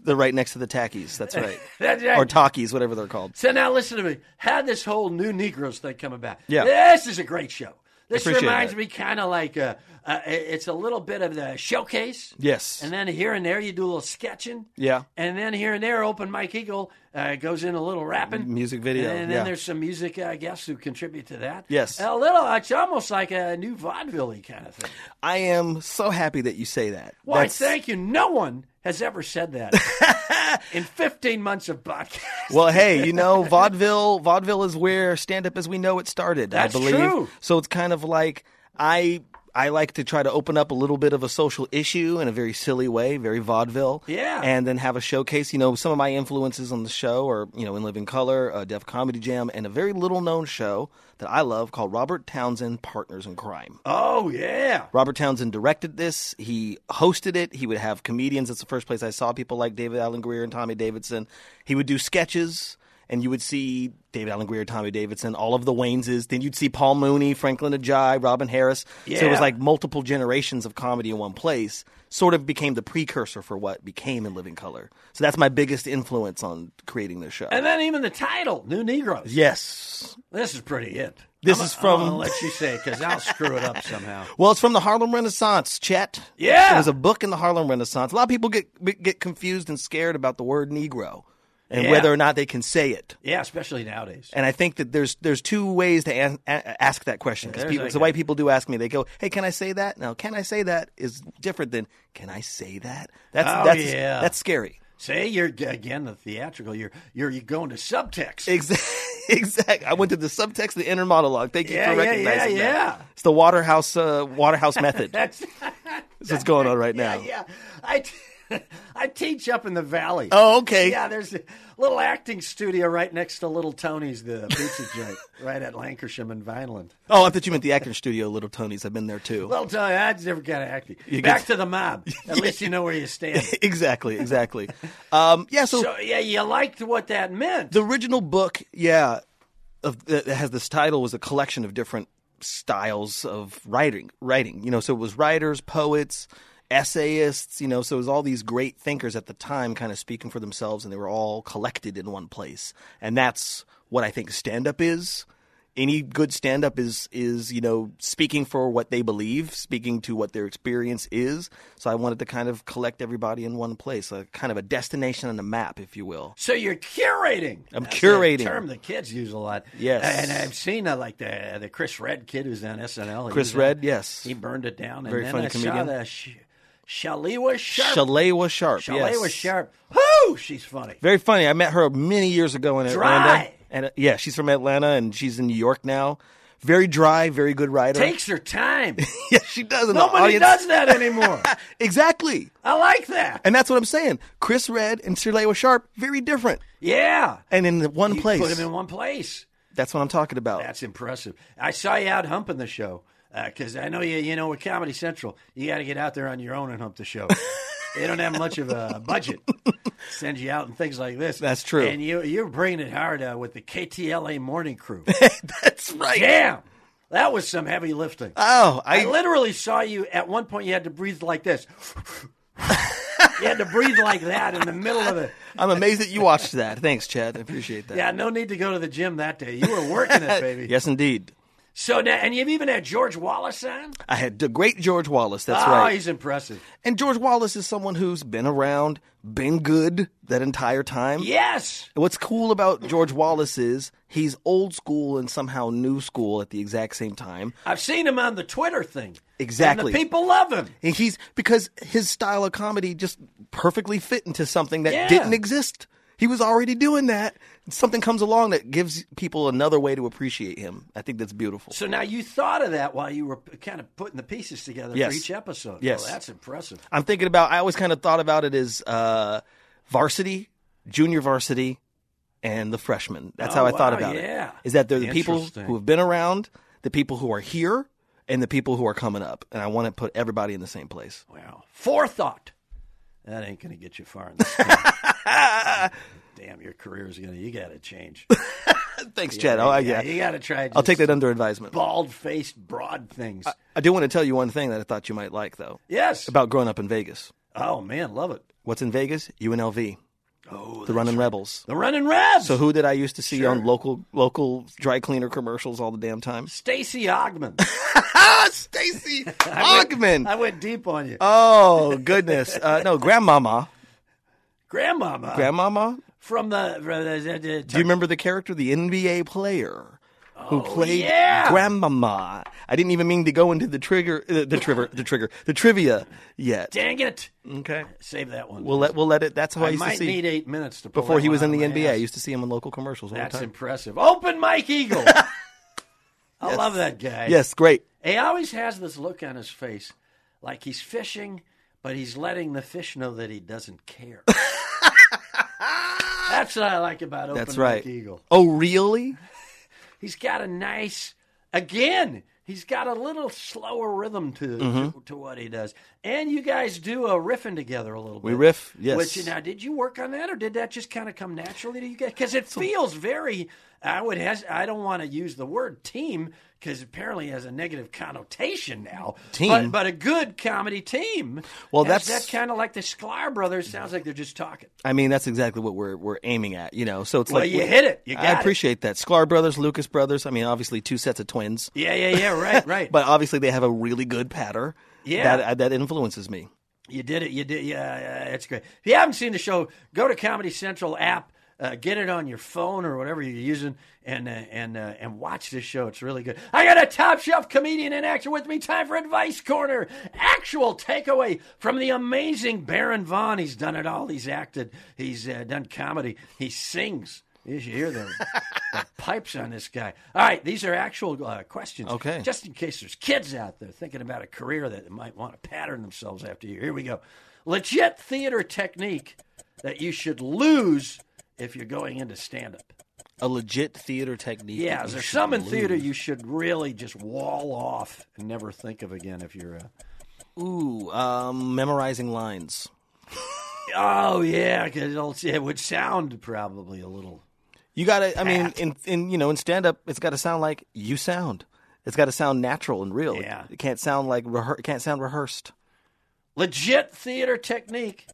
Speaker 4: They're right next to the tackies. That's right.
Speaker 3: That's right.
Speaker 4: Or talkies, whatever they're called.
Speaker 3: So now listen to me. Had this whole new Negroes thing coming back.
Speaker 4: Yeah.
Speaker 3: This is a great show. This
Speaker 4: Appreciate
Speaker 3: reminds
Speaker 4: that.
Speaker 3: me kind of like uh uh it's a little bit of the showcase.
Speaker 4: Yes.
Speaker 3: And then here and there you do a little sketching.
Speaker 4: Yeah.
Speaker 3: And then here and there, open Mike Eagle uh, goes in a little rapping.
Speaker 4: Music video,
Speaker 3: And then
Speaker 4: yeah.
Speaker 3: there's some music, I guess, who contribute to that.
Speaker 4: Yes.
Speaker 3: A little, it's almost like a new vaudeville kind of thing.
Speaker 4: I am so happy that you say that.
Speaker 3: Why,
Speaker 4: That's-
Speaker 3: thank you. No one has ever said that in 15 months of podcast.
Speaker 4: Well, hey, you know, vaudeville vaudeville is where stand up as we know it started,
Speaker 3: That's
Speaker 4: I believe.
Speaker 3: true.
Speaker 4: So it's kind of like I I like to try to open up a little bit of a social issue in a very silly way, very vaudeville.
Speaker 3: Yeah.
Speaker 4: And then have a showcase. You know, some of my influences on the show are, you know, in Living Color, uh, Def Comedy Jam, and a very little known show that I love called Robert Townsend Partners in Crime.
Speaker 3: Oh, yeah.
Speaker 4: Robert Townsend directed this. He hosted it. He would have comedians. That's the first place I saw people like David Allen Greer and Tommy Davidson. He would do sketches, and you would see David Allen Greer, Tommy Davidson, all of the Wayneses. Then you'd see Paul Mooney, Franklin Ajay, Robin Harris. So it
Speaker 3: Yeah.
Speaker 4: was like multiple generations of comedy in one place. Sort of became the precursor for what became In Living Color. So that's my biggest influence on creating this show.
Speaker 3: And then even the title, New Negroes.
Speaker 4: yes.
Speaker 3: This is pretty it.
Speaker 4: This
Speaker 3: I'm-
Speaker 4: is from-
Speaker 3: I'm gonna let you say it because I'll screw it up somehow.
Speaker 4: Well, it's from the Harlem Renaissance, Chet.
Speaker 3: Yeah.
Speaker 4: it was a book in the Harlem Renaissance. A lot of people get get confused and scared about the word Negro and
Speaker 3: Yeah.
Speaker 4: whether or not they can say it.
Speaker 3: Yeah, especially nowadays.
Speaker 4: And I think that there's there's two ways to an, a, ask that question because
Speaker 3: There's
Speaker 4: people,
Speaker 3: like
Speaker 4: so
Speaker 3: a-
Speaker 4: white people do ask me. They go, "Hey, can I say that?" Now, can I say that is different than "Can I say that?" That's
Speaker 3: Oh,
Speaker 4: that's
Speaker 3: yeah.
Speaker 4: that's scary.
Speaker 3: Say you're again the theatrical. You're you're, you're going to subtext.
Speaker 4: Exactly. Exactly. I went to the subtext, the inner monologue. Thank you
Speaker 3: Yeah,
Speaker 4: for
Speaker 3: yeah, yeah,
Speaker 4: recognizing that.
Speaker 3: yeah.
Speaker 4: It's the Waterhouse uh, Waterhouse method. That's
Speaker 3: That's
Speaker 4: what's going on right now.
Speaker 3: yeah, yeah. I t- I teach up in the valley.
Speaker 4: Oh, okay.
Speaker 3: Yeah, there's a little acting studio right next to Little Tony's, the pizza joint, right at Lancashire and Vineland.
Speaker 4: Oh, I thought you meant the acting studio, Little Tony's. I've been there too.
Speaker 3: Little Tony, that's a different kind of acting.
Speaker 4: You
Speaker 3: Back
Speaker 4: get-
Speaker 3: to the mob. At least you know where you stand.
Speaker 4: exactly, exactly. um, yeah, so,
Speaker 3: So yeah, you liked what that meant.
Speaker 4: the original book, yeah, of, that has this title was a collection of different styles of writing. Writing, you know, so it was writers, poets, essayists, you know, so it was all these great thinkers at the time, kind of speaking for themselves, and they were all collected in one place, and that's what I think stand up is. any good stand up is is you know speaking for what they believe speaking to what their experience is so i wanted to kind of collect everybody in one place a kind of a destination on a map if you will
Speaker 3: So you're curating.
Speaker 4: I'm
Speaker 3: That's
Speaker 4: curating.
Speaker 3: A term the kids use a lot.
Speaker 4: Yes.
Speaker 3: and I've seen uh, like the the Chris Red kid who's on SNL. He
Speaker 4: Chris
Speaker 3: was, uh,
Speaker 4: Red, yes.
Speaker 3: he burned it down. And
Speaker 4: Very
Speaker 3: then
Speaker 4: funny
Speaker 3: I
Speaker 4: comedian.
Speaker 3: saw the Sh- Shalewa Sharp.
Speaker 4: Shalewa Sharp.
Speaker 3: Shalewa
Speaker 4: yes.
Speaker 3: Sharp. Whoo, she's funny.
Speaker 4: Very funny. I met her many years ago in
Speaker 3: Dry.
Speaker 4: Atlanta. And uh, yeah, she's from Atlanta and she's in New York now. Very dry, very good writer.
Speaker 3: Takes her time.
Speaker 4: yeah, she does. and the
Speaker 3: Nobody
Speaker 4: audience-
Speaker 3: does that anymore.
Speaker 4: Exactly.
Speaker 3: I like that.
Speaker 4: And that's what I'm saying. Chris Red and Shalewa Sharp, very different.
Speaker 3: Yeah.
Speaker 4: And in the one
Speaker 3: You
Speaker 4: place.
Speaker 3: Put them in one place.
Speaker 4: that's what I'm talking about.
Speaker 3: That's impressive. I saw you out humping the show because I know you. You know, with Comedy Central, you got to get out there on your own and hump the show. they don't have much of a budget. Send you out and things like this.
Speaker 4: That's true.
Speaker 3: And you you're bringing it hard uh, with the KTLA morning crew.
Speaker 4: that's right.
Speaker 3: Damn, that was some heavy lifting.
Speaker 4: Oh,
Speaker 3: I
Speaker 4: I
Speaker 3: literally saw you at one point. You had to breathe like this. you had to breathe like that in the middle of it.
Speaker 4: I'm amazed that you watched that. Thanks, Chad. I appreciate that.
Speaker 3: Yeah, no need to go to the gym that day. You were working it, baby.
Speaker 4: Yes, indeed.
Speaker 3: So now, and you've even had George Wallace on.
Speaker 4: I had the great George Wallace. That's
Speaker 3: oh,
Speaker 4: right.
Speaker 3: he's impressive.
Speaker 4: And George Wallace is someone who's been around, been good that entire time.
Speaker 3: Yes.
Speaker 4: What's cool about George Wallace is he's old school and somehow new school at the exact same time.
Speaker 3: I've seen him on the Twitter thing.
Speaker 4: Exactly.
Speaker 3: And the people love him.
Speaker 4: And he's because his style of comedy just perfectly fit into something that
Speaker 3: Yeah.
Speaker 4: didn't exist. He was already doing that. Something comes along that gives people another way to appreciate him. I think that's beautiful.
Speaker 3: So now you thought of that while you were kind of putting the pieces together
Speaker 4: Yes.
Speaker 3: for each episode.
Speaker 4: Yes.
Speaker 3: Well, that's impressive.
Speaker 4: I'm thinking about. I always kind of thought about it as uh, varsity, junior varsity, and the freshmen. That's how
Speaker 3: Oh,
Speaker 4: I thought
Speaker 3: wow,
Speaker 4: about
Speaker 3: yeah.
Speaker 4: it. Is that they're the people
Speaker 3: Interesting.
Speaker 4: who have been around, the people who are here, and the people who are coming up. And I want to put everybody in the same place.
Speaker 3: Wow. Forethought. That ain't going to get you far in this. game. Damn, your career's going to, you got to change.
Speaker 4: Thanks, Chad. Oh, I, yeah.
Speaker 3: You got to try.
Speaker 4: I'll take
Speaker 3: just
Speaker 4: that under advisement.
Speaker 3: bald-faced, broad things.
Speaker 4: I do want to tell you one thing that I thought you might like, though,
Speaker 3: yes.
Speaker 4: about growing up in Vegas.
Speaker 3: oh man, love it.
Speaker 4: What's in Vegas? UNLV,
Speaker 3: Oh,
Speaker 4: the Running Rebels.
Speaker 3: the running Reds.
Speaker 4: So who did I used to see on local local dry cleaner commercials all the damn time?
Speaker 3: Stacy Ogman.
Speaker 4: Ah, Stacy
Speaker 3: I
Speaker 4: Ogman.
Speaker 3: went deep on you.
Speaker 4: Oh goodness. Uh, no, Grandmama.
Speaker 3: Grandmama
Speaker 4: Grandmama.
Speaker 3: uh, from the. From the, the-
Speaker 4: Do you remember the character, the NBA player who played
Speaker 3: Oh, yeah.
Speaker 4: Grandmama? I didn't even mean to go into the trigger, uh, the trigger, the trigger, the trivia yet.
Speaker 3: dang it!
Speaker 4: Okay,
Speaker 3: Save that one.
Speaker 4: we'll let we'll let it. That's how I,
Speaker 3: I
Speaker 4: used to
Speaker 3: might
Speaker 4: see
Speaker 3: need eight minutes to pull
Speaker 4: before
Speaker 3: that
Speaker 4: he
Speaker 3: one
Speaker 4: was
Speaker 3: out
Speaker 4: in the
Speaker 3: of my
Speaker 4: NBA. I
Speaker 3: ass.
Speaker 4: used to see him in local commercials all
Speaker 3: That's
Speaker 4: the time.
Speaker 3: impressive. Open Mike Eagle. I love that guy.
Speaker 4: yes, great.
Speaker 3: He always has this look on his face like he's fishing, but he's letting the fish know that he doesn't care. That's what I like about Open
Speaker 4: That's right.
Speaker 3: Mike Eagle.
Speaker 4: Oh, really?
Speaker 3: He's got a nice, again, he's got a little slower rhythm to,
Speaker 4: Mm-hmm.
Speaker 3: to, to what he does. And you guys do a riffing together a little bit.
Speaker 4: We riff, yes.
Speaker 3: Which, now, did you work on that or did that just kind of come naturally to you guys? Because it feels very, I would has, I don't want to use the word team because apparently it has a negative connotation now.
Speaker 4: Team?
Speaker 3: But, but a good comedy team.
Speaker 4: Well,
Speaker 3: That's-
Speaker 4: that's- Mm-hmm.
Speaker 3: that kind of like the Sklar brothers. Sounds like they're just talking.
Speaker 4: I mean, that's exactly what we're we're aiming at. You know, so it's
Speaker 3: Well,
Speaker 4: like
Speaker 3: you hit it. You got
Speaker 4: I
Speaker 3: it.
Speaker 4: appreciate that. Sklar brothers, Lucas brothers. I mean, obviously two sets of twins.
Speaker 3: Yeah, yeah, yeah, right, right.
Speaker 4: But obviously, they have a really good patter.
Speaker 3: Yeah.
Speaker 4: that, uh, that influences me.
Speaker 3: You did it. You did. Yeah, yeah, it's great. If you haven't seen the show, go to Comedy Central app, uh, get it on your phone or whatever you're using, and uh, and uh, and watch this show. It's really good. I got a top shelf comedian in action with me. Time for advice corner. Actual takeaway from the amazing Baron Vaughn. He's done it all. He's acted. He's uh, done comedy. He sings. You should hear the, the pipes on this guy. All right, these are actual uh, questions.
Speaker 4: Okay.
Speaker 3: Just just in case there's kids out there thinking about a career that might want to pattern themselves after you. Here we go. Legit theater technique that you should lose if you're going into stand up.
Speaker 4: A legit theater technique.
Speaker 3: Yeah, is there some in theater you should really just wall off and never think of again if you're a.
Speaker 4: Ooh, um, memorizing lines.
Speaker 3: Oh, yeah, because it would sound probably a little.
Speaker 4: You gotta. I mean, in in you know, in stand up, it's got to sound like you sound. It's got to sound natural and real. It-
Speaker 3: Yeah.
Speaker 4: It, can't sound like rehe- it can't sound rehearsed.
Speaker 3: Legit theater technique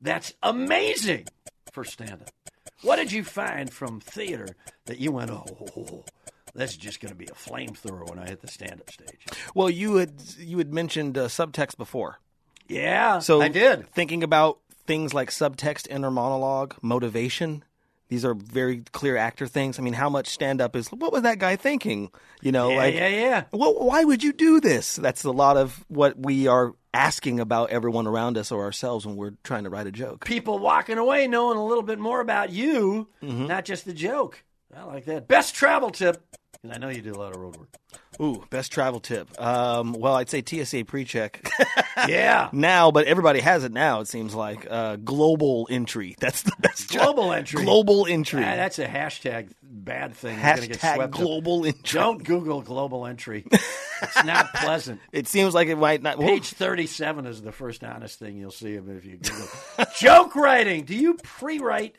Speaker 3: that's amazing for stand up. What did you find from theater that you went, oh, oh, oh, oh, that's just going to be a flamethrower when I hit the stand up stage?
Speaker 4: Well, you had you had mentioned uh, subtext before,
Speaker 3: Yeah,
Speaker 4: so
Speaker 3: I did.
Speaker 4: thinking about things like subtext, inner monologue, motivation. These are very clear actor things. I mean, how much stand up is? What was that guy thinking? You know,
Speaker 3: Yeah,
Speaker 4: like
Speaker 3: yeah, yeah.
Speaker 4: Well, why would you do this? That's a lot of what we are asking about everyone around us or ourselves when we're trying to write a joke.
Speaker 3: People walking away knowing a little bit more about you,
Speaker 4: Mm-hmm.
Speaker 3: not just the joke. I like that. Best travel tip, because I know you do a lot of road work.
Speaker 4: Ooh, best travel tip. Um, well, I'd say TSA pre-check
Speaker 3: yeah.
Speaker 4: now, but everybody has it now. It seems like uh, global entry. That's the best. tra-
Speaker 3: Global entry.
Speaker 4: Global entry.
Speaker 3: Ah, that's a hashtag bad thing. that's gonna get
Speaker 4: Hashtag
Speaker 3: swept up.
Speaker 4: global entry.
Speaker 3: Don't Google global entry. It's not pleasant.
Speaker 4: It seems like it might not. Well,
Speaker 3: Page 37 is the first honest thing you'll see of it if you Google. Joke writing. Do you pre write?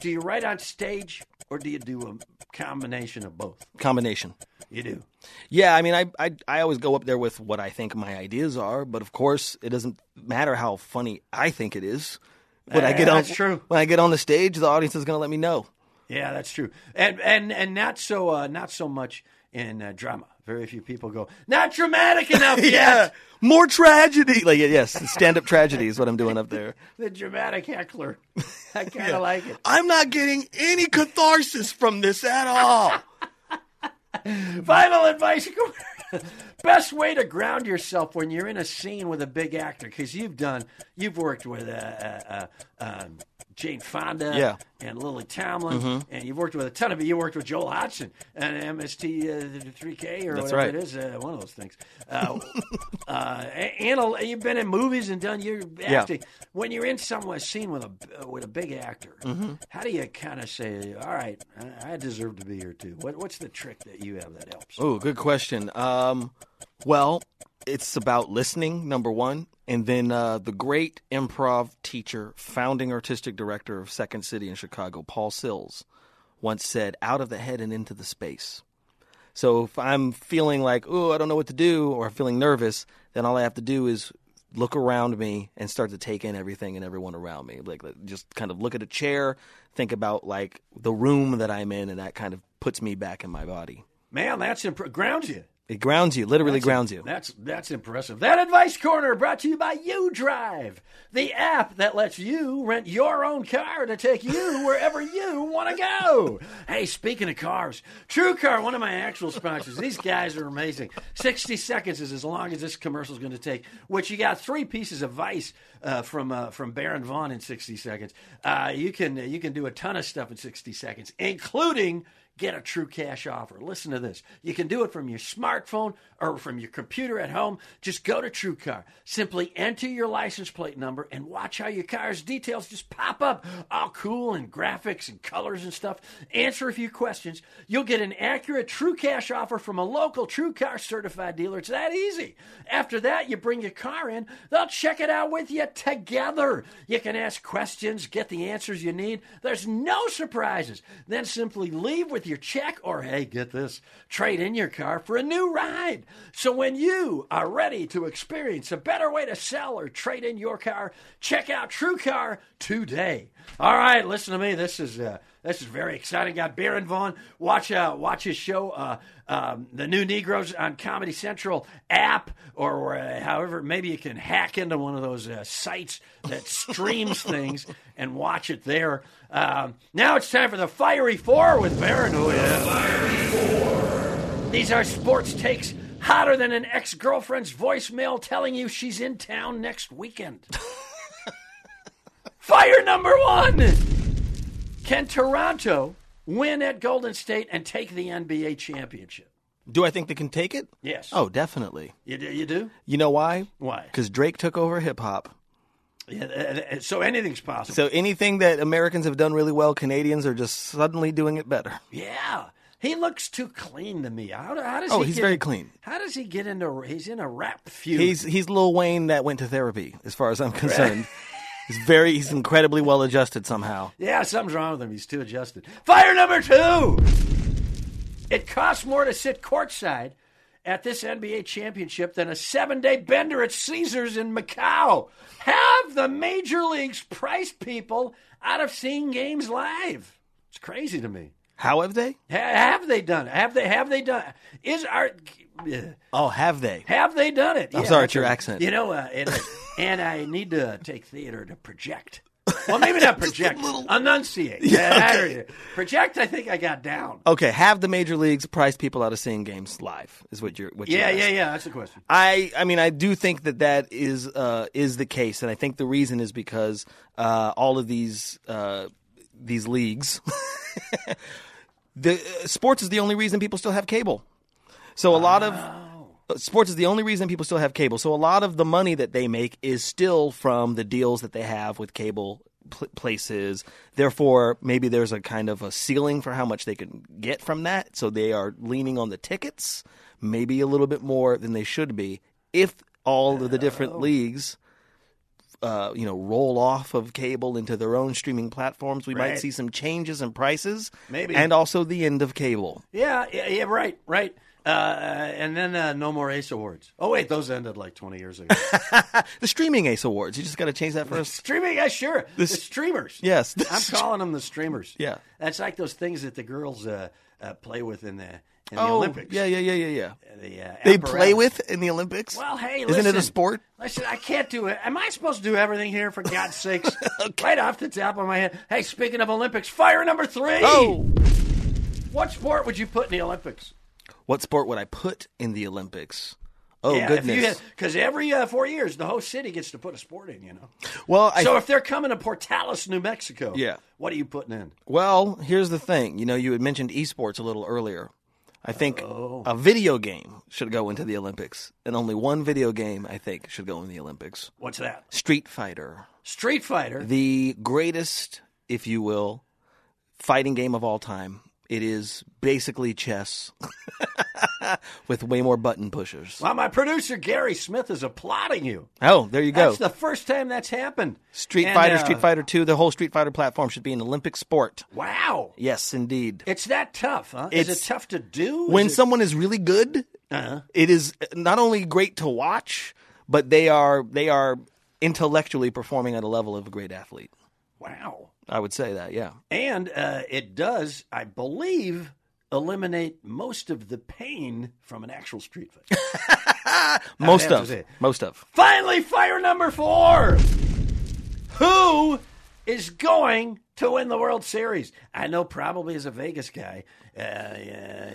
Speaker 3: Do you write on stage or do you do a combination of both?
Speaker 4: combination.
Speaker 3: You do.
Speaker 4: Yeah, I mean, I, I I always go up there with what I think my ideas are, but of course, it doesn't matter how funny I think it is. When I
Speaker 3: Eh,
Speaker 4: get on,
Speaker 3: that's true.
Speaker 4: When I get on the stage, the audience is going to let me know.
Speaker 3: Yeah, that's true. And and and not so uh, not so much in uh, drama. Very few people go, not dramatic enough yet.
Speaker 4: more tragedy. Like yes, stand-up tragedy is what I'm doing up there.
Speaker 3: The dramatic heckler. I kind of like it.
Speaker 4: I'm not getting any catharsis from this at all.
Speaker 3: Final advice. Best way to ground yourself when you're in a scene with a big actor, because you've done, you've worked with uh, uh, uh, um, Jane Fonda
Speaker 4: Yeah. Mm-hmm.
Speaker 3: and Lily Tomlin, and you've worked with a ton of you worked with Joel Hodgson and MST uh, 3K or whatever
Speaker 4: right.
Speaker 3: it is, uh, one of those things. Uh, uh, and a, you've been in movies and done your acting. When you're in somewhere scene with a with a big actor,
Speaker 4: Mm-hmm.
Speaker 3: how do you kind of say, "All right, I, I deserve to be here too"? What, what's the trick that you have that helps?
Speaker 4: Oh, good question. Um, well, it's about listening, number one, and then uh, the great improv teacher, founding artistic director of Second City in Chicago, Paul Sills, once said, out of the head and into the space. So if I'm feeling like, oh, I don't know what to do, or feeling nervous, then all I have to do is look around me and start to take in everything and everyone around me. Like like, just kind of look at a chair, think about like the room that I'm in, and that kind of puts me back in my body.
Speaker 3: Man, that's imp- grounds you.
Speaker 4: It grounds you, literally grounds you.
Speaker 3: That's that's impressive. That advice corner brought to you by UDrive, the app that lets you rent your own car to take you wherever you want to go. Hey, speaking of cars, True Car, one of my actual sponsors. These guys are amazing. Sixty seconds is as long as this commercial is going to take. Which you got three pieces of advice uh, from uh, from Baron Vaughn in sixty seconds. Uh, you can you can do a ton of stuff in sixty seconds, including get a true cash offer. Listen to this. You can do it from your smartphone or from your computer at home. Just go to TrueCar. Simply enter your license plate number and watch how your car's details just pop up, all cool and graphics and colors and stuff. Answer a few questions. You'll get an accurate true cash offer from a local TrueCar certified dealer. It's that easy. After that, you bring your car in. They'll check it out with you together. You can ask questions, get the answers you need. There's no surprises. Then simply leave with your check or, hey, get this, trade in your car for a new ride. So when you are ready to experience a better way to sell or trade in your car, check out True Car today. All right, listen to me. This is. Uh, this is very exciting. Got Baron Vaughn. Watch uh, watch his show, uh, um, The New Negroes on Comedy Central app, or uh, however, maybe you can hack into one of those uh, sites that streams things and watch it there. Um, now it's time for the Fiery Four with Baron. Who is? These are sports takes hotter than an ex girlfriend's voicemail telling you she's in town next weekend. Fire number one. Can Toronto win at Golden State and take the NBA championship?
Speaker 4: Do I think they can take it?
Speaker 3: Yes.
Speaker 4: Oh, definitely.
Speaker 3: you do. You do?
Speaker 4: You know why?
Speaker 3: Why?
Speaker 4: Because Drake took over hip hop.
Speaker 3: Yeah, uh, uh, so anything's possible.
Speaker 4: So anything that Americans have done really well, Canadians are just suddenly doing it better.
Speaker 3: yeah. He looks too clean to me. How, do- how does
Speaker 4: Oh,
Speaker 3: he
Speaker 4: he's
Speaker 3: get-
Speaker 4: very clean.
Speaker 3: How does he get into? He's in a rap feud.
Speaker 4: He's he's Lil Wayne that went to therapy, as far as I'm concerned. he's very he's incredibly well adjusted somehow.
Speaker 3: yeah, something's wrong with him. He's too adjusted. Fire number two. It costs more to sit courtside at this NBA championship than a seven-day bender at Caesars in Macau. Have the major leagues priced people out of seeing games live? It's crazy to me.
Speaker 4: How have they?
Speaker 3: Ha- Have they done? it? Have they? Have they done? it? Is our uh,
Speaker 4: Oh, have they?
Speaker 3: Have they done it?
Speaker 4: I'm sorry,
Speaker 3: that's
Speaker 4: it's your
Speaker 3: right.
Speaker 4: accent.
Speaker 3: You know, uh, and, and I need to take theater to project. Well, maybe not project, enunciate. Yeah, there you go. Project, I think I got down.
Speaker 4: Okay, have the major leagues priced people out of seeing games live? Is what you're what
Speaker 3: yeah,
Speaker 4: you're
Speaker 3: yeah,
Speaker 4: asking.
Speaker 3: yeah. That's the question.
Speaker 4: I I mean I do think that that is uh, is the case, and I think the reason is because uh, all of these uh, these leagues, the uh, sports is the only reason people still have cable. So a lot of uh, sports is the only reason people still have cable. So a lot of the money that they make is still from the deals that they have with cable pl- places. Therefore, maybe there's a kind of a ceiling for how much they can get from that. So they are leaning on the tickets, maybe a little bit more than they should be if all of the different leagues uh, you know, roll off of cable into their own streaming platforms. We
Speaker 3: Right.
Speaker 4: might see some changes in prices,
Speaker 3: Maybe.
Speaker 4: and also the end of cable.
Speaker 3: Yeah, yeah, yeah right, right. Uh, and then uh, no more Ace Awards. Oh wait, those ended like twenty years ago.
Speaker 4: The streaming Ace Awards. You just got to change that first.
Speaker 3: Streaming, yeah, sure. The, streamers.
Speaker 4: Yes.
Speaker 3: I'm calling them the streamers.
Speaker 4: Yeah.
Speaker 3: that's like those things that the girls uh, uh, play with in the in the
Speaker 4: oh,
Speaker 3: Olympics.
Speaker 4: yeah, yeah, yeah, yeah, yeah.
Speaker 3: The, uh,
Speaker 4: They play
Speaker 3: apparatus.
Speaker 4: with in the Olympics.
Speaker 3: Well, hey,
Speaker 4: isn't it
Speaker 3: listen.
Speaker 4: a sport?
Speaker 3: Listen, I can't do it. Am I supposed to do everything here for God's sakes? Right off the top of my head. Hey, speaking of Olympics, fire number three.
Speaker 4: Oh,
Speaker 3: What sport would you put in the Olympics?
Speaker 4: what sport would I put in the Olympics? Oh goodness.
Speaker 3: Because every uh, four years, the whole city gets to put a sport in, you know.
Speaker 4: well, I,
Speaker 3: so if they're coming to Portales, New Mexico,
Speaker 4: Yeah.
Speaker 3: what are you putting in?
Speaker 4: well, here's the thing. You know, you had mentioned esports a little earlier. I think
Speaker 3: Oh.
Speaker 4: a video game should go into the Olympics, and only one video game I think should go in the Olympics.
Speaker 3: What's that?
Speaker 4: Street Fighter.
Speaker 3: Street Fighter.
Speaker 4: the greatest, if you will, fighting game of all time. It is basically chess with way more button pushers.
Speaker 3: Well, my producer Gary Smith is applauding you.
Speaker 4: Oh, there you go.
Speaker 3: That's the first time that's happened.
Speaker 4: Street
Speaker 3: And,
Speaker 4: Fighter,
Speaker 3: uh,
Speaker 4: Street Fighter 2, the whole Street Fighter platform should be an Olympic sport.
Speaker 3: Wow,
Speaker 4: Yes, indeed.
Speaker 3: it's that tough, huh? is
Speaker 4: It's-
Speaker 3: it tough to do?
Speaker 4: when
Speaker 3: Is it-
Speaker 4: someone is Uh-huh. really good, it is not only great to watch, but they are they are intellectually performing at a level of a great athlete.
Speaker 3: wow,
Speaker 4: I would say that, yeah.
Speaker 3: and uh, it does, I believe, eliminate most of the pain from an actual street fight.
Speaker 4: Most
Speaker 3: have to
Speaker 4: of
Speaker 3: say.
Speaker 4: most of.
Speaker 3: Finally, fire number four. Who is going to win the World Series? I know probably as a Vegas guy. Uh, yeah,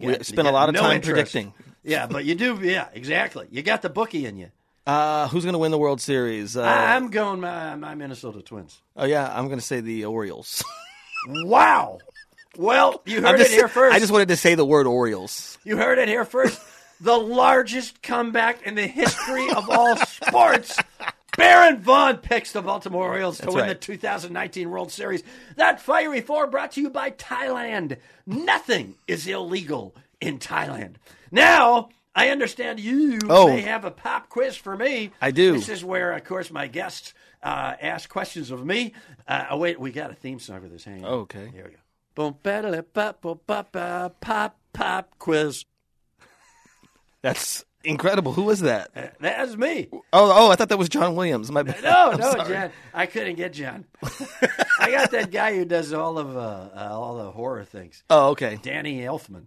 Speaker 4: We spent a lot of time predicting.
Speaker 3: Yeah, but you do. Yeah, exactly. You got the bookie in you.
Speaker 4: Uh, who's going to win the World Series? Uh,
Speaker 3: I'm going my, my Minnesota Twins.
Speaker 4: oh yeah, I'm going to say the Orioles.
Speaker 3: Wow. Well, you
Speaker 4: I'm
Speaker 3: heard
Speaker 4: just-
Speaker 3: it here first.
Speaker 4: I just wanted to say the word Orioles.
Speaker 3: You heard it here first. The largest comeback in the history of all sports. Baron Vaughn picks the Baltimore Orioles to win
Speaker 4: right.
Speaker 3: the 2019 World Series. That fiery four brought to you by Thailand. Nothing is illegal in Thailand. Now, I understand you
Speaker 4: Oh.
Speaker 3: may have a pop quiz for me.
Speaker 4: I do.
Speaker 3: This is where, of course, my guests uh, ask questions of me. Uh, oh, wait, we got a theme song for this. Hang on.
Speaker 4: Oh, Okay.
Speaker 3: Here we go. Boom, ba pop, pop, pop, pop, pop quiz.
Speaker 4: That's incredible. Who was that?
Speaker 3: Uh,
Speaker 4: Oh,
Speaker 3: That's me.
Speaker 4: oh, I thought that was John Williams. My bad.
Speaker 3: No,
Speaker 4: I'm
Speaker 3: no,
Speaker 4: sorry.
Speaker 3: John. I couldn't get John. I got that guy who does all of uh, uh, all the horror things.
Speaker 4: Oh, okay.
Speaker 3: Danny Elfman.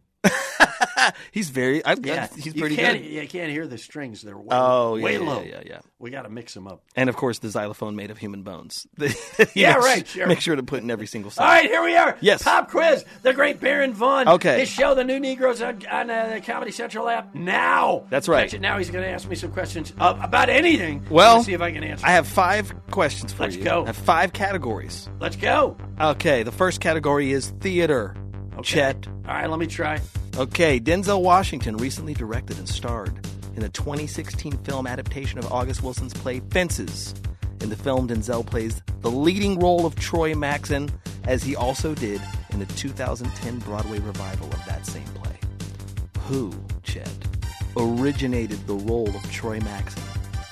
Speaker 4: He's very. I've,
Speaker 3: Yeah,
Speaker 4: he's
Speaker 3: you
Speaker 4: pretty
Speaker 3: can't, e-
Speaker 4: good.
Speaker 3: You can't hear the strings; they're way,
Speaker 4: Oh, yeah,
Speaker 3: way
Speaker 4: yeah,
Speaker 3: low.
Speaker 4: yeah, yeah.
Speaker 3: We got to mix them up.
Speaker 4: And of course, the xylophone made of human bones.
Speaker 3: Yeah, right, sure.
Speaker 4: Make sure to put in every single song.
Speaker 3: All right, here we are.
Speaker 4: Yes.
Speaker 3: Pop quiz. The great Baron Vaughn.
Speaker 4: Okay.
Speaker 3: His show, The New Negroes, on, on uh, the Comedy Central app now.
Speaker 4: That's right.
Speaker 3: Catch it now. He's going to ask me some questions uh, about anything.
Speaker 4: Well,
Speaker 3: Let's see if I can answer.
Speaker 4: I have five questions for
Speaker 3: Let's
Speaker 4: you.
Speaker 3: go.
Speaker 4: I have five categories.
Speaker 3: Let's go.
Speaker 4: Okay, the first category is theater. Chet.
Speaker 3: All right, let me try.
Speaker 4: Okay, Denzel Washington recently directed and starred in the 2016 film adaptation of August Wilson's play Fences. In the film, Denzel plays the leading role of Troy Maxon, as he also did in the 2010 Broadway revival of that same play. Who, Chet, originated the role of Troy Maxon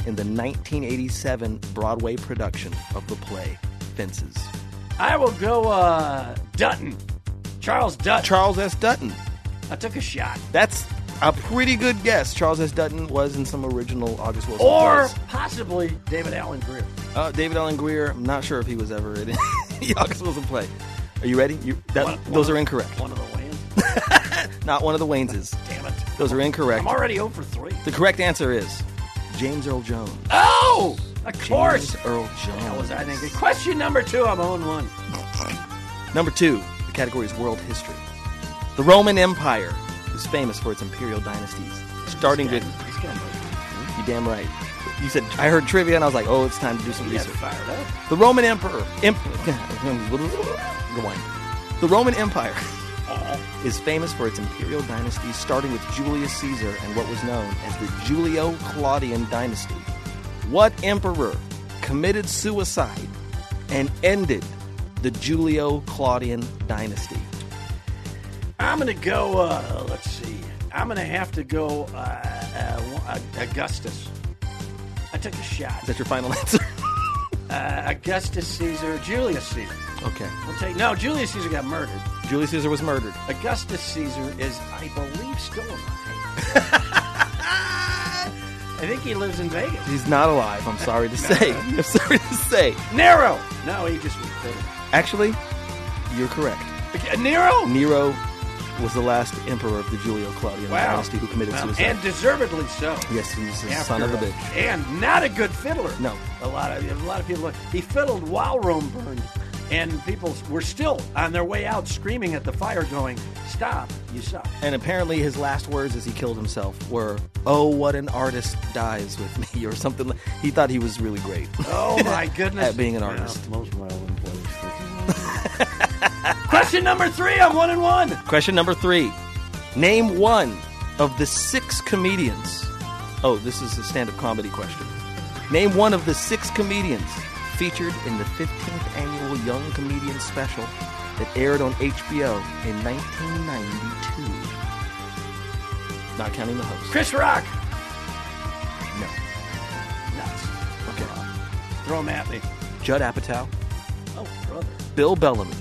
Speaker 4: in the 1987 Broadway production of the play Fences?
Speaker 3: I will go uh, Dutton. Charles Dutton.
Speaker 4: Charles S. Dutton.
Speaker 3: I took a shot.
Speaker 4: That's a pretty good guess. Charles S. Dutton was in some original August Wilson.
Speaker 3: Or
Speaker 4: plays.
Speaker 3: possibly David Allen Greer.
Speaker 4: uh, David Allen Greer. I'm not sure if he was ever in the August Wilson play. Are you ready? You, that,
Speaker 3: One- one
Speaker 4: those
Speaker 3: of-
Speaker 4: are incorrect.
Speaker 3: One of the Wayans.
Speaker 4: Not one of the Wayneses.
Speaker 3: Damn it.
Speaker 4: Those are incorrect.
Speaker 3: I'm already over three.
Speaker 4: The correct answer is James Earl Jones.
Speaker 3: Oh, of course.
Speaker 4: James Earl Jones.
Speaker 3: That was I think. Question number two. I'm on one.
Speaker 4: Number two, the category is world history. The Roman Empire is famous for its imperial dynasties, starting with
Speaker 3: He's got my-
Speaker 4: you damn right. You said I heard trivia, and I was like, oh, it's time to do some
Speaker 3: he got
Speaker 4: research.
Speaker 3: fired up.
Speaker 4: The Roman Emperor. Imp- Go on. The Roman Empire is famous for its imperial dynasty, starting with Julius Caesar and what was known as the Julio Claudian dynasty. What emperor committed suicide and ended the Julio Claudian dynasty?
Speaker 3: I'm gonna go. Uh, let's see. I'm gonna have to go uh, uh, Augustus. I took a shot.
Speaker 4: Is that your final answer?
Speaker 3: Uh, Augustus Caesar, Julius Caesar.
Speaker 4: okay.
Speaker 3: We'll take no. Julius Caesar got murdered.
Speaker 4: Julius Caesar was murdered.
Speaker 3: Augustus Caesar is, I believe, still alive. I think he lives in Vegas.
Speaker 4: He's not alive, I'm sorry to say. I'm sorry to say.
Speaker 3: Nero. No, he just was bitter.
Speaker 4: Actually, you're correct.
Speaker 3: Okay, Nero.
Speaker 4: Nero was the last emperor of the Julio Claudian
Speaker 3: Wow.
Speaker 4: dynasty who committed
Speaker 3: Wow.
Speaker 4: suicide.
Speaker 3: And deservedly so.
Speaker 4: yes, he was a
Speaker 3: After,
Speaker 4: son of a
Speaker 3: uh,
Speaker 4: bitch.
Speaker 3: And not a good fiddler.
Speaker 4: No.
Speaker 3: A lot of a lot of people. He fiddled while Rome burned, and people were still on their way out screaming at the fire, going, "Stop! You suck."
Speaker 4: And apparently, his last words as he killed himself were, "Oh, what an artist dies with me," or something. like- He thought he was really great.
Speaker 3: Oh my goodness!
Speaker 4: At being an artist.
Speaker 3: Yeah, most violin players. Question number three. I'm one and one.
Speaker 4: Question number three: Name one of the six comedians. Oh, this is a stand-up comedy question. Name one of the six comedians featured in the 15th annual Young Comedian Special that aired on HBO in 1992. Not counting the host.
Speaker 3: Chris Rock.
Speaker 4: No.
Speaker 3: Nuts.
Speaker 4: Okay.
Speaker 3: Throw them at me.
Speaker 4: Judd Apatow,
Speaker 3: Oh, brother.
Speaker 4: Bill Bellamy,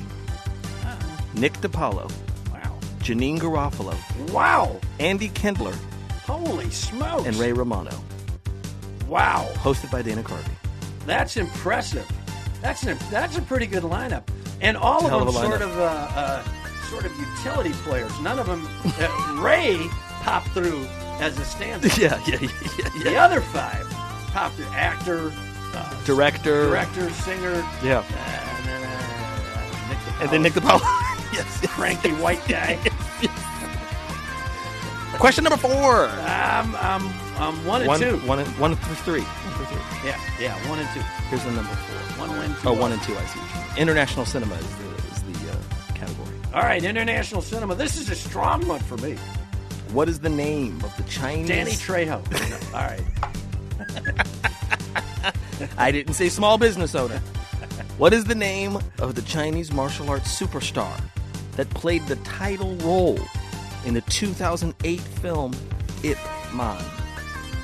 Speaker 4: Nick DiPaolo,
Speaker 3: Wow.
Speaker 4: Janine Garofalo,
Speaker 3: Wow.
Speaker 4: Andy Kindler,
Speaker 3: Holy smokes.
Speaker 4: and Ray Romano,
Speaker 3: Wow.
Speaker 4: hosted by Dana Carvey.
Speaker 3: That's impressive. That's an, that's a pretty good lineup, and all
Speaker 4: Hell
Speaker 3: of
Speaker 4: of
Speaker 3: them
Speaker 4: a
Speaker 3: sort
Speaker 4: lineup.
Speaker 3: of uh, uh, sort of utility players. None of them. Uh, Ray popped through as a stand-up.
Speaker 4: Yeah, yeah, yeah, yeah.
Speaker 3: The other five popped through: actor, uh,
Speaker 4: Director.
Speaker 3: director, singer,
Speaker 4: Yeah.
Speaker 3: uh, and then uh, Nick
Speaker 4: And then Nick DiPaolo. yes.
Speaker 3: cranky white guy.
Speaker 4: Question number four.
Speaker 3: I'm I'm I'm one and
Speaker 4: One,
Speaker 3: two.
Speaker 4: one and- one through three. One through three.
Speaker 3: Yeah, yeah, one and two.
Speaker 4: Here's the number four.
Speaker 3: One win. Two
Speaker 4: Oh, one and two, I see. International cinema is the, is the uh, category.
Speaker 3: All right, international cinema. This is a strong one for me.
Speaker 4: What is the name of the Chinese?
Speaker 3: Danny Trejo. All right.
Speaker 4: I didn't say small business owner. what is the name of the Chinese martial arts superstar that played the title role in the 2008 film Ip Man?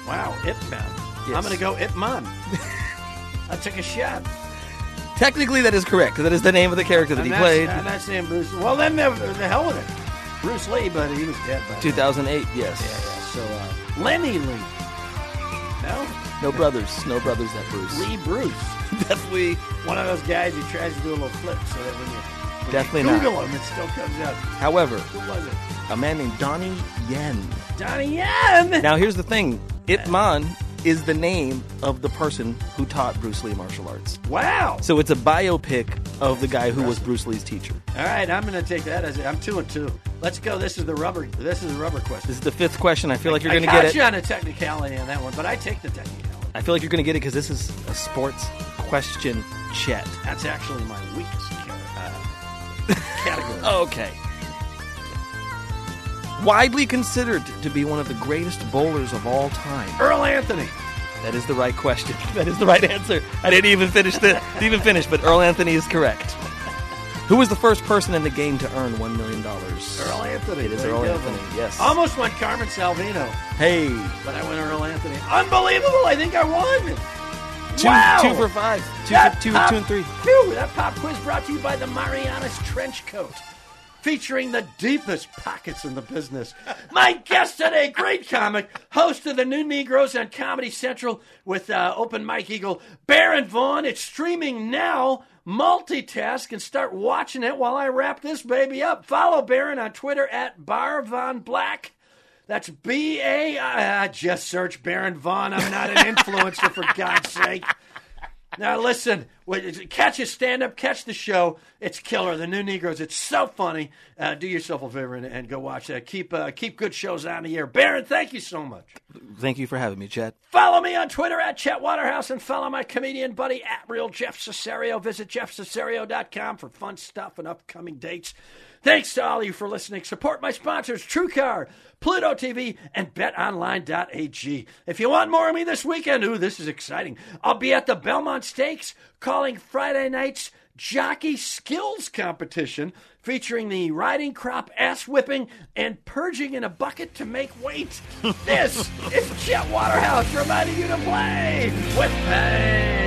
Speaker 3: Wow, Ip Man.
Speaker 4: Yes.
Speaker 3: I'm going to go Ip Man. I took a shot.
Speaker 4: Technically, that is correct. That is the name of the character that
Speaker 3: I'm
Speaker 4: he
Speaker 3: not,
Speaker 4: played.
Speaker 3: I'm not saying Bruce. Well, then the, the hell with it. Bruce Lee, but he was dead by
Speaker 4: 2008. Yes.
Speaker 3: then. Yeah, yeah. So uh, Lenny Lee. No,
Speaker 4: No brothers. No brothers. That Bruce.
Speaker 3: Lee Bruce.
Speaker 4: Definitely.
Speaker 3: One of those guys who tries to do a little flip so that when you, when
Speaker 4: Definitely
Speaker 3: you
Speaker 4: not.
Speaker 3: Google him, it still comes up.
Speaker 4: However,
Speaker 3: Who was it?
Speaker 4: a man named Donnie Yen.
Speaker 3: Donnie Yen.
Speaker 4: Now, here's the thing. Ip Man is the name of the person who taught Bruce Lee martial arts.
Speaker 3: Wow.
Speaker 4: So it's a biopic of the guy who was Bruce Lee's teacher.
Speaker 3: All right, I'm going to take that as it. I'm two and two. Let's go. This is the rubber. This is the rubber question.
Speaker 4: This is the fifth question. I feel like you're
Speaker 3: I
Speaker 4: going to
Speaker 3: caught
Speaker 4: get it.
Speaker 3: you on a technicality on that one, but I take the technicality.
Speaker 4: I feel like you're going to get it because this is a sports question chat.
Speaker 3: That's actually my weakest ca- uh, category.
Speaker 4: Okay. Widely considered to be one of the greatest bowlers of all time.
Speaker 3: Earl Anthony.
Speaker 4: That is the right question. That is the right answer. I didn't even finish the didn't even finish, but Earl Anthony is correct. Who was the first person in the game to earn one million dollars?
Speaker 3: Earl Anthony.
Speaker 4: It is
Speaker 3: There you
Speaker 4: Earl
Speaker 3: go. Um,
Speaker 4: Anthony. Yes.
Speaker 3: Almost went Carmen Salvino,
Speaker 4: Hey,
Speaker 3: but I went Earl Anthony. Unbelievable! I think I won.
Speaker 4: two,
Speaker 3: wow!
Speaker 4: two for five, two,
Speaker 3: That
Speaker 4: for, two,
Speaker 3: pop-
Speaker 4: two and three.
Speaker 3: Phew, that pop quiz brought to you by the Marianas Trench Coat, featuring the deepest pockets in the business. My guest today, great comic, host of the New Negroes on Comedy Central with uh, Open Mike Eagle, Baron Vaughn. It's streaming now. Multitask and start watching it while I wrap this baby up. Follow Baron on Twitter at Bar Von Black. That's B A I. Just search Baron Vaughn. I'm not an influencer, for God's sake. Now listen, wait, catch a stand up, catch the show. It's killer. The New Negroes. It's so funny. Uh, do yourself a favor and, and go watch that. Keep uh, keep good shows on the air. Baron, thank you so much.
Speaker 4: Thank you for having me, Chad.
Speaker 3: Follow me on Twitter at Chet Waterhouse and follow my comedian buddy at Real Jeff Cesario. Visit jeffcesario.com for fun stuff and upcoming dates. Thanks to all of you for listening. Support my sponsors, TrueCar, Pluto TV, and betonline.ag. If you want more of me this weekend, ooh, this is exciting. I'll be at the Belmont Stakes calling Friday night's jockey skills competition featuring the riding crop ass whipping and purging in a bucket to make weight. this is Chet Waterhouse reminding you to play with pain.